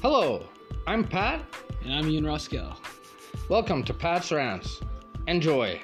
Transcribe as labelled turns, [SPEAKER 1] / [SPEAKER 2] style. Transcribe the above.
[SPEAKER 1] Hello, I'm Pat.
[SPEAKER 2] And I'm Ian Roskell.
[SPEAKER 1] Welcome to Pat's Rants. Enjoy.